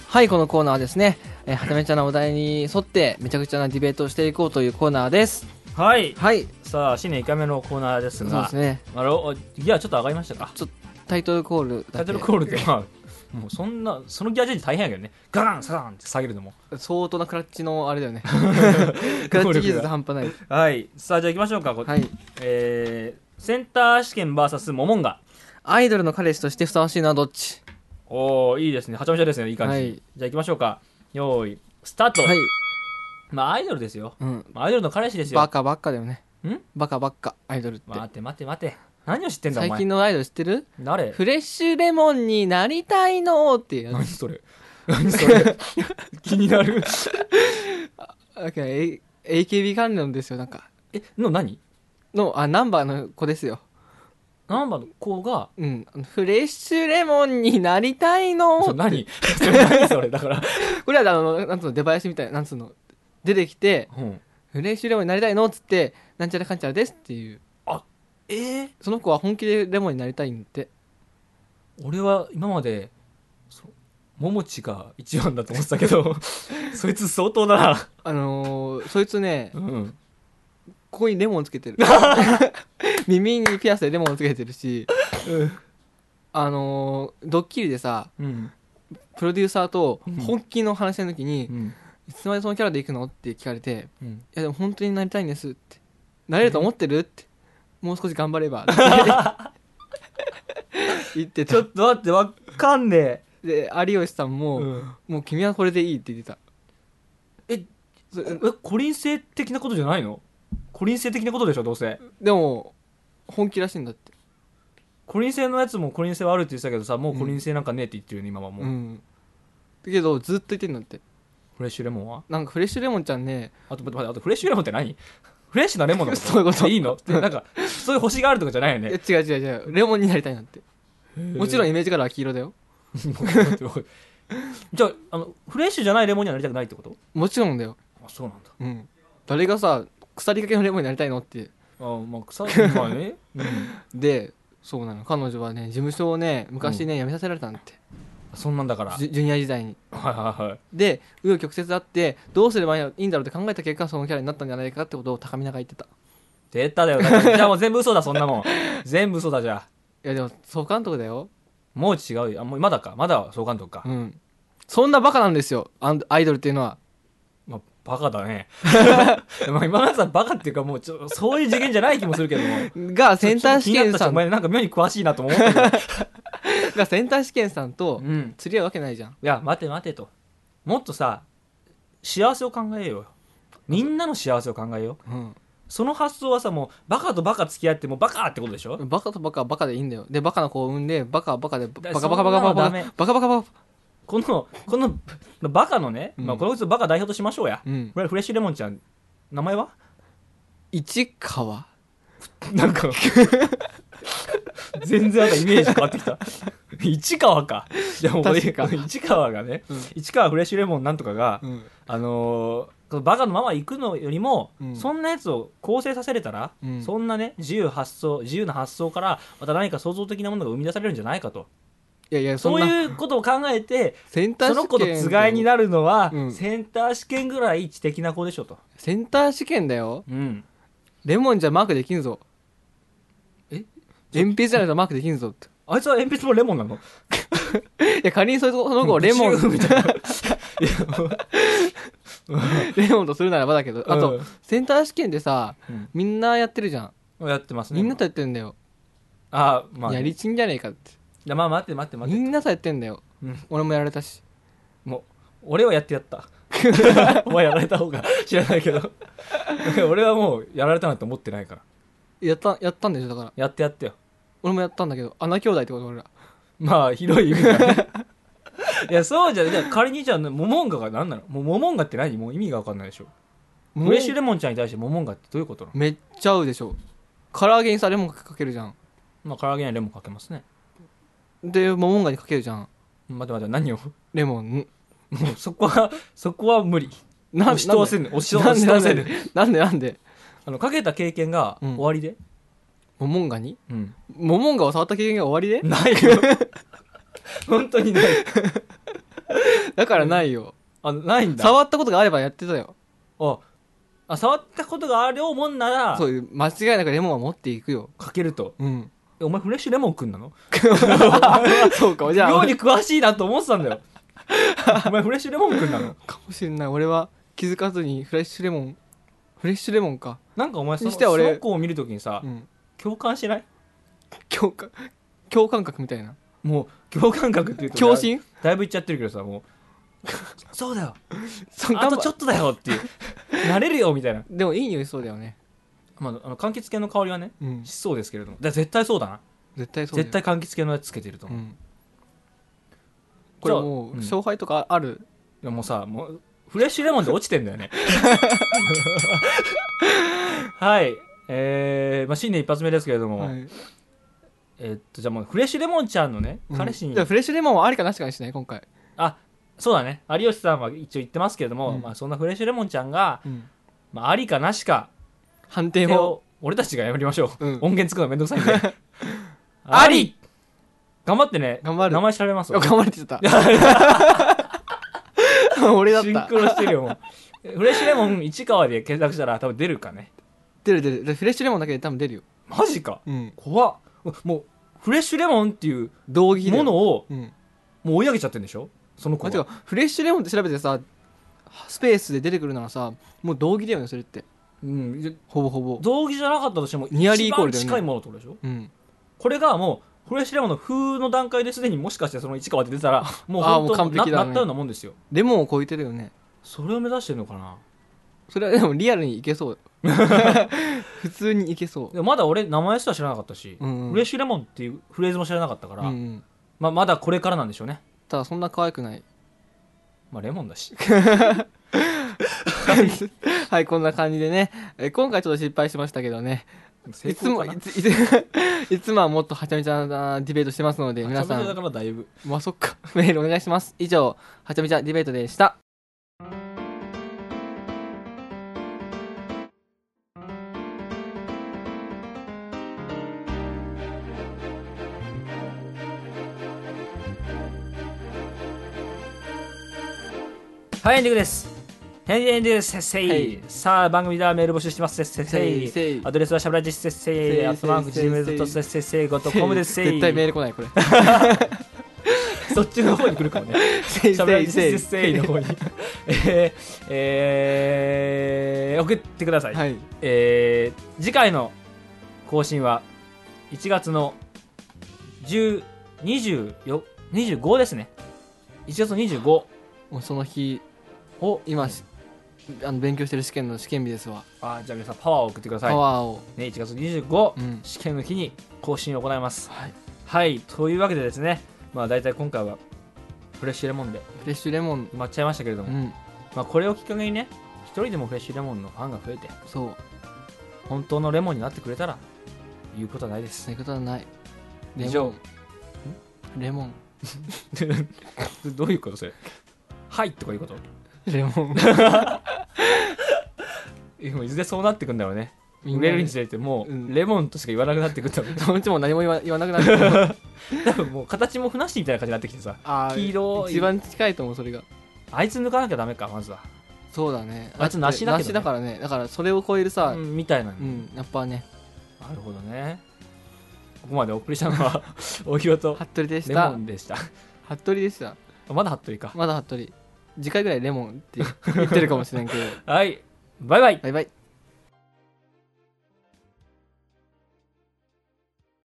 Speaker 2: はい、このコーナーはですね、えーはちゃめちゃなお題に沿って、めちゃくちゃなディベートをしていこうというコーナーです。
Speaker 1: はい
Speaker 2: はい、
Speaker 1: さあ新年1回目のコーナーです
Speaker 2: そうで
Speaker 1: が
Speaker 2: すね。
Speaker 1: あれおギアちょっと上がりましたか
Speaker 2: タイトルコールだけ
Speaker 1: タイトルコールってまあもうそんなそのギアチェンジ大変やけどねガランサランって下げるのも
Speaker 2: 相当なクラッチのあれだ
Speaker 1: <laughs>
Speaker 2: よね。クラッチ技術半端ない。
Speaker 1: はいさあじゃあ行きましょうか、こ
Speaker 2: はい。
Speaker 1: えーセンター試験 VS モモンガ
Speaker 2: アイドルの彼氏としてふさわしいのはどっち
Speaker 1: おおいいですねはちゃめちゃですねいい感じ、
Speaker 2: はい
Speaker 1: じゃあ行きましょうか用意スタート、
Speaker 2: はい。
Speaker 1: まあアイドルですよ
Speaker 2: うん。
Speaker 1: まあアイドルの彼氏ですよ
Speaker 2: バカばっかだよね。
Speaker 1: ん
Speaker 2: バカばっか、アイドルって。
Speaker 1: 待て待て待て何を知ってんだお
Speaker 2: 最
Speaker 1: 前
Speaker 2: 近のアイドル知ってる
Speaker 1: 誰
Speaker 2: フレッシュレモンになりたいのっていうや
Speaker 1: 何それ何それ気になる
Speaker 2: つ。だから A- AKB 関連ですよ、なんか。
Speaker 1: えの何
Speaker 2: の、あ、ナンバーの子ですよ。
Speaker 1: 何番の子が
Speaker 2: うん。あのフレッシュレモンになりたいの
Speaker 1: それ何 <laughs> それ何それだから、
Speaker 2: これは、あの、なんつうの、出囃子みたいな、なんつうの、出てきて、
Speaker 1: うん、
Speaker 2: フレッシュレモンになりたいのっつって、なんちゃらかんちゃらですっていう。
Speaker 1: えー、
Speaker 2: その子は本気でレモンになりたいんって。
Speaker 1: 俺は今までそ桃地が一番だと思ってたけ <laughs> どそいつ相当だな、
Speaker 2: あのー、そいつね、
Speaker 1: うん、
Speaker 2: ここにレモンつけ
Speaker 1: <laughs>
Speaker 2: てる。耳にピアスでレモンつけてるし、あのー、ドッキリでさ、
Speaker 1: うん、
Speaker 2: プロデューサーと
Speaker 1: うん
Speaker 2: 本気の話の時に
Speaker 1: う、ん、
Speaker 2: いつまでそのキャラで行くのって聞かれて、
Speaker 1: うん、
Speaker 2: いやでも本当になりたいんですって。なれると思ってるって。もう少し頑張れ <laughs> ば。って言って
Speaker 1: ち
Speaker 2: た
Speaker 1: ょ。っと待ってわかんね
Speaker 2: で、有吉さん
Speaker 1: え、
Speaker 2: も、もう君はこれでいいって言ってた。
Speaker 1: え
Speaker 2: そ
Speaker 1: えコリン性的なことじゃないのコリン性的なことでしょどうせ
Speaker 2: でも、本気らしいんだって。
Speaker 1: コリン性のやつもコリン性はあるって言ってたけどさもうコリン性なんかねえって言ってるよね今はもう、
Speaker 2: うん。だけど、ずっと言ってんだって。
Speaker 1: フレッシュレモンは
Speaker 2: なんかフレッシュレモンちゃんね、
Speaker 1: あと待って待ってあとフレッシュレモンって何フレッシュなレモンのこと <laughs>
Speaker 2: <laughs> そういうこと
Speaker 1: いいのってなんかそういう星があるとかじゃないよ
Speaker 2: いや
Speaker 1: ね
Speaker 2: 違う違う違う、レモンになりたいなんて。もちろんイメージからは黄色だよ。
Speaker 1: <laughs> じゃああのフレッシュじゃないレモンにはなりたくないってこと
Speaker 2: もちろんだよ。
Speaker 1: あそうなんだ
Speaker 2: うん。誰がさ、腐りかけのレモンになりたいのって。
Speaker 1: あまあ草まあ <laughs> ね、
Speaker 2: で、そうなの。彼女はね、事務所をね、昔ね、辞めさせられたんだって。
Speaker 1: そんなんだからはい
Speaker 2: ジュジュニア時代に。
Speaker 1: はいはい
Speaker 2: で、紆余曲折あって、どうすればいいんだろうって考えた結果、そのキャラになったんじゃないかってことを高見永言ってた。い
Speaker 1: 出ただよだからじゃあもう全部嘘だそんなもん全部嘘だじゃあ
Speaker 2: や、でも、総監督だよ。
Speaker 1: もう違うよあもうまだかまだ総監督か
Speaker 2: う、ん。そんなバカなんですよ、アンアイドルっていうのは。
Speaker 1: まあ、バカだ <laughs> ね。まあ今村さんバカっていうかもうちょ、そういう次元じゃない気もするけど <laughs> も。
Speaker 2: がセンター試験さ
Speaker 1: お
Speaker 2: ん
Speaker 1: 前なんか妙に詳しいなとも思ったけど。
Speaker 2: がセンター試験さんと
Speaker 1: <laughs> うん。
Speaker 2: 釣り合うわけないじゃん
Speaker 1: いや、待て待てと。もっとさ、幸せを考えようよ。みんなの幸せを考えよう。その発想はさ、もうバカとバカ付き合ってもうバカってことでしょ
Speaker 2: バカとバカはバカでいいんだよでバカな子を産んでバカはバカでバ
Speaker 1: だ
Speaker 2: カバカバカバカ
Speaker 1: そん
Speaker 2: バカバ
Speaker 1: なのダメ
Speaker 2: カバカバカ
Speaker 1: この、この、バカのね、
Speaker 2: うん
Speaker 1: まあこの人バカ代表としましょうや。
Speaker 2: うん
Speaker 1: これフレッシュレモンちゃん、名前は <laughs>
Speaker 2: 市川
Speaker 1: なんか全然なんかイメージ変わってきた市川かでも俺
Speaker 2: 確か
Speaker 1: 市川がね、
Speaker 2: うん
Speaker 1: 市川フレッシュレモンなんとかが、
Speaker 2: うん
Speaker 1: あのーこのバカのまま行くのよりも、
Speaker 2: うん
Speaker 1: そんなやつを構成させれたら、
Speaker 2: うん
Speaker 1: そんなね自由発想自由な発想からまた何か創造的なものが生み出されるんじゃないかと
Speaker 2: いやいやそ
Speaker 1: そ
Speaker 2: ん
Speaker 1: う
Speaker 2: な
Speaker 1: いうことを考えて
Speaker 2: センタ
Speaker 1: そ
Speaker 2: ー試験
Speaker 1: の子とつがいになるのは、
Speaker 2: うん
Speaker 1: センター試験ぐらい知的な子でしょと、
Speaker 2: センター試験だよ
Speaker 1: うん、
Speaker 2: レモンじゃマークできんぞ
Speaker 1: え
Speaker 2: 鉛筆じゃないとマークできんぞって <laughs>
Speaker 1: あいつは鉛筆もレモンなの
Speaker 2: いや仮にその子その子をレモン
Speaker 1: みたいな
Speaker 2: <laughs> レモンとするならばだけどあ
Speaker 1: う
Speaker 2: と
Speaker 1: ん
Speaker 2: センター試験でさ
Speaker 1: うん
Speaker 2: みんなやってるじゃん
Speaker 1: <laughs> やってますね
Speaker 2: みんなとやってんだよ
Speaker 1: あーまあね、
Speaker 2: やりちんじゃねえかって
Speaker 1: いやまあ待って待って待
Speaker 2: み
Speaker 1: って、
Speaker 2: んなとやってんだよ
Speaker 1: うん
Speaker 2: 俺もやられたし
Speaker 1: もう俺はやってやった <laughs> お前やられた方が知らないけど <laughs> 俺はもうやられたなんて思ってないから
Speaker 2: やったやったんでしょだから
Speaker 1: やってやってよ
Speaker 2: 俺もやったんだけど穴兄弟ってこと俺ら
Speaker 1: まあ広い意味だ <laughs> ねいやそうじゃねじゃあ仮にじゃあねモモンガが何なのもうモモンガって何もう意味が分かんないでしょフレッシュレモンちゃんに対してモモンガってどういうことなの
Speaker 2: めっちゃ合うでしょ唐揚げにさレモンかけるじゃん
Speaker 1: まあ唐揚げにはレモンかけますね
Speaker 2: でモモンガにかけるじゃん
Speaker 1: 待って待って何を <laughs>
Speaker 2: レモンん
Speaker 1: もうそこはそこは無理
Speaker 2: な
Speaker 1: 押し通せぬ押し
Speaker 2: なんでな
Speaker 1: 通
Speaker 2: ん
Speaker 1: せ
Speaker 2: で
Speaker 1: ぬ
Speaker 2: なんでなんで
Speaker 1: あのかけた経験が
Speaker 2: うん
Speaker 1: 終わりで、
Speaker 2: モモンガに
Speaker 1: うん、
Speaker 2: モモンガを触った経験が終わりで
Speaker 1: ないよ <laughs> 本当にない
Speaker 2: だからないよ
Speaker 1: あないんだ
Speaker 2: 触ったことがあればやってたよ
Speaker 1: ああ触ったことがあるもんなら
Speaker 2: そういう間違いなくレモンは持っていくよ
Speaker 1: かけると
Speaker 2: うん
Speaker 1: えお前フレッシュレモンくんなの
Speaker 2: そうかじゃ
Speaker 1: 妙
Speaker 2: あ
Speaker 1: に詳しいなと思ってたん
Speaker 2: <laughs>
Speaker 1: だよお前フレッシュレモンくんなの
Speaker 2: かもしれない俺は気づかずにフレッシュレモンフレッシュレモンか
Speaker 1: なんかお前その
Speaker 2: にしては
Speaker 1: そ
Speaker 2: 俺
Speaker 1: の子を見るときにさ、
Speaker 2: うん
Speaker 1: 共感しない
Speaker 2: 共感共感覚みたいな
Speaker 1: もう共感覚っていうと
Speaker 2: <laughs> 共振
Speaker 1: だだいぶいっちゃってるけどさもう <laughs> そうだよ
Speaker 2: そう
Speaker 1: あ
Speaker 2: 頑
Speaker 1: と
Speaker 2: 張
Speaker 1: ちょっとだよ
Speaker 2: <laughs>
Speaker 1: っていうなれるよみたいな、
Speaker 2: でもいい匂いしそうだよね
Speaker 1: まあ、あの柑橘系の香りはね
Speaker 2: うん
Speaker 1: しそうですけれどもだから絶対そうだな
Speaker 2: 絶対そうだよ
Speaker 1: 絶対柑橘系のやつつけてると
Speaker 2: う
Speaker 1: 思う、い
Speaker 2: ん、これもう
Speaker 1: うん
Speaker 2: 勝敗とかある、
Speaker 1: やもうさもうフレッシュレモンで落ちてんだよ
Speaker 2: <laughs>
Speaker 1: ねはいえーまあ、新年一発目ですけれども、
Speaker 2: はい
Speaker 1: えっとじゃあもうフレッシュレモンちゃんのね彼氏に、
Speaker 2: じゃあフレッシュレモンはありかなしかにしない今回、
Speaker 1: あそうだね有吉さんは一応言ってますけれども、
Speaker 2: うん
Speaker 1: まあ、そんなフレッシュレモンちゃんが、まあ、ありかなしか
Speaker 2: 判定
Speaker 1: 手
Speaker 2: を
Speaker 1: を俺たちがやりましょう、
Speaker 2: うん
Speaker 1: 音源作るのめんどくさ
Speaker 2: <laughs>
Speaker 1: いんで
Speaker 2: あり
Speaker 1: 頑張ってね
Speaker 2: 頑張る
Speaker 1: 名前調べます
Speaker 2: あ
Speaker 1: わ
Speaker 2: 頑張れてた俺だっ
Speaker 1: シン
Speaker 2: た
Speaker 1: クロしてるよもうフレッシュレモン市川で検索したら多分出るかね
Speaker 2: 出る出るでフレッシュレモンだけで多分出るよ、
Speaker 1: マジか怖っもうフレッシュレモンっていう
Speaker 2: 同義だよ
Speaker 1: ものを
Speaker 2: うん
Speaker 1: もう追い上げちゃってるんでしょその子
Speaker 2: あ
Speaker 1: は
Speaker 2: てかフレッシュレモンって調べてさスペースで出てくるならさもう同義だよねそれって
Speaker 1: うんじゃ
Speaker 2: ほぼほぼ
Speaker 1: 同義じゃなかったとしても
Speaker 2: ニアリ
Speaker 1: 一
Speaker 2: ーイコー
Speaker 1: 番
Speaker 2: ルだよね
Speaker 1: 近いものってことでしょ
Speaker 2: うん
Speaker 1: これがもうフレッシュレモンの風の段階ですでにもしかしてその市川って出てたらもう
Speaker 2: あー
Speaker 1: 本当
Speaker 2: もう完璧だね
Speaker 1: ななったようなもんですよ
Speaker 2: レモンを超えてるよね
Speaker 1: それを目指してるのかな
Speaker 2: それはでもリアルにいけそう普通にいけそ
Speaker 1: でもまだ俺名前すら知らなかったし、
Speaker 2: うんうん
Speaker 1: フレッシュレモンっていうフレーズも知らなかったか
Speaker 2: う、
Speaker 1: ら、
Speaker 2: うんうん、
Speaker 1: まあ、まだこれからなんでしょうね
Speaker 2: ただそんな可愛くない
Speaker 1: まあレモンだし
Speaker 2: はい、こんな感じでね、えー今回ちょっと失敗しましたけどね、
Speaker 1: 成
Speaker 2: <laughs> いつ
Speaker 1: 功
Speaker 2: も、
Speaker 1: かない
Speaker 2: つ、いつ、いつも <laughs> はもっとはちゃめちゃなディベートしてますので、皆さ
Speaker 1: あちょっとだ
Speaker 2: ん、
Speaker 1: からだいぶ
Speaker 2: まあ、そっか、 <laughs> メールお願いします。以上、はちゃめちゃディベートでした。
Speaker 1: はいエンディングですはいエンディングですせっせい、
Speaker 2: はい
Speaker 1: さあ番組ではメール募集してますせっせい
Speaker 2: せいせい
Speaker 1: アドレスはしゃぶらじせっせ
Speaker 2: せ
Speaker 1: い
Speaker 2: い
Speaker 1: アットマーク
Speaker 2: せい
Speaker 1: Gmail.com ですせい
Speaker 2: <laughs> 絶
Speaker 1: せい
Speaker 2: 対メール来ない、これ。
Speaker 1: さそっちの方に来るかもね。
Speaker 2: せい
Speaker 1: しゃべ
Speaker 2: せ
Speaker 1: ら
Speaker 2: い
Speaker 1: じ
Speaker 2: せ
Speaker 1: せ
Speaker 2: い
Speaker 1: っせいの方に。えー、えー、送ってください。
Speaker 2: はい
Speaker 1: えー、次回の更新は1月の10 24 25ですね。1月の25
Speaker 2: もうその日
Speaker 1: を、
Speaker 2: 今しあの勉強してる試験の試験日ですわ、
Speaker 1: あーじゃあ皆さんパワーを送ってください。
Speaker 2: パワーを
Speaker 1: ね、1月25、
Speaker 2: うん
Speaker 1: 試験の日に更新を行います。
Speaker 2: はい
Speaker 1: はい、というわけでですね、まあ大体今回はフレッシュレモンで
Speaker 2: フレッシュレモン
Speaker 1: 埋まっちゃいましたけれど
Speaker 2: う
Speaker 1: も、
Speaker 2: ん
Speaker 1: まあこれをきっかけにね、一人でもフレッシュレモンのファンが増えて、
Speaker 2: そう
Speaker 1: 本当のレモンになってくれたら、言うことはないで
Speaker 2: そ
Speaker 1: す
Speaker 2: うい。うことはないレモン
Speaker 1: 以上
Speaker 2: レモン
Speaker 1: <laughs> どういうことそれはいとかいうこと
Speaker 2: レモン
Speaker 1: でもいずれそうなってくんだろうね。
Speaker 2: <laughs> みん
Speaker 1: 売
Speaker 2: な
Speaker 1: れるにつれても
Speaker 2: うん
Speaker 1: う、レモンとしか言わなくなってくんだろうね。
Speaker 2: <laughs> どっちも何も言わ言わなくなる
Speaker 1: 多分もう形もふなっしーみたいな感じになってきてさ、
Speaker 2: <laughs> あー
Speaker 1: 黄色い
Speaker 2: 一番近いと思うそれが
Speaker 1: あいつ抜かなきゃダメか、まずは。
Speaker 2: そうだね
Speaker 1: あいつ梨だけどね
Speaker 2: 梨だからねだからそれを超えるさ、
Speaker 1: うんみたいな
Speaker 2: う。ん、やっぱね、
Speaker 1: なるほどね。ここまでお送りしたのは、大岩と
Speaker 2: 服部でし
Speaker 1: レ
Speaker 2: た
Speaker 1: モ。ンでした。
Speaker 2: 服部でした。
Speaker 1: まだ服部か。
Speaker 2: まだ服部。次回ぐらいレモンって言ってるかもしれんけど。
Speaker 1: はい、バイバイ
Speaker 2: バイバイ。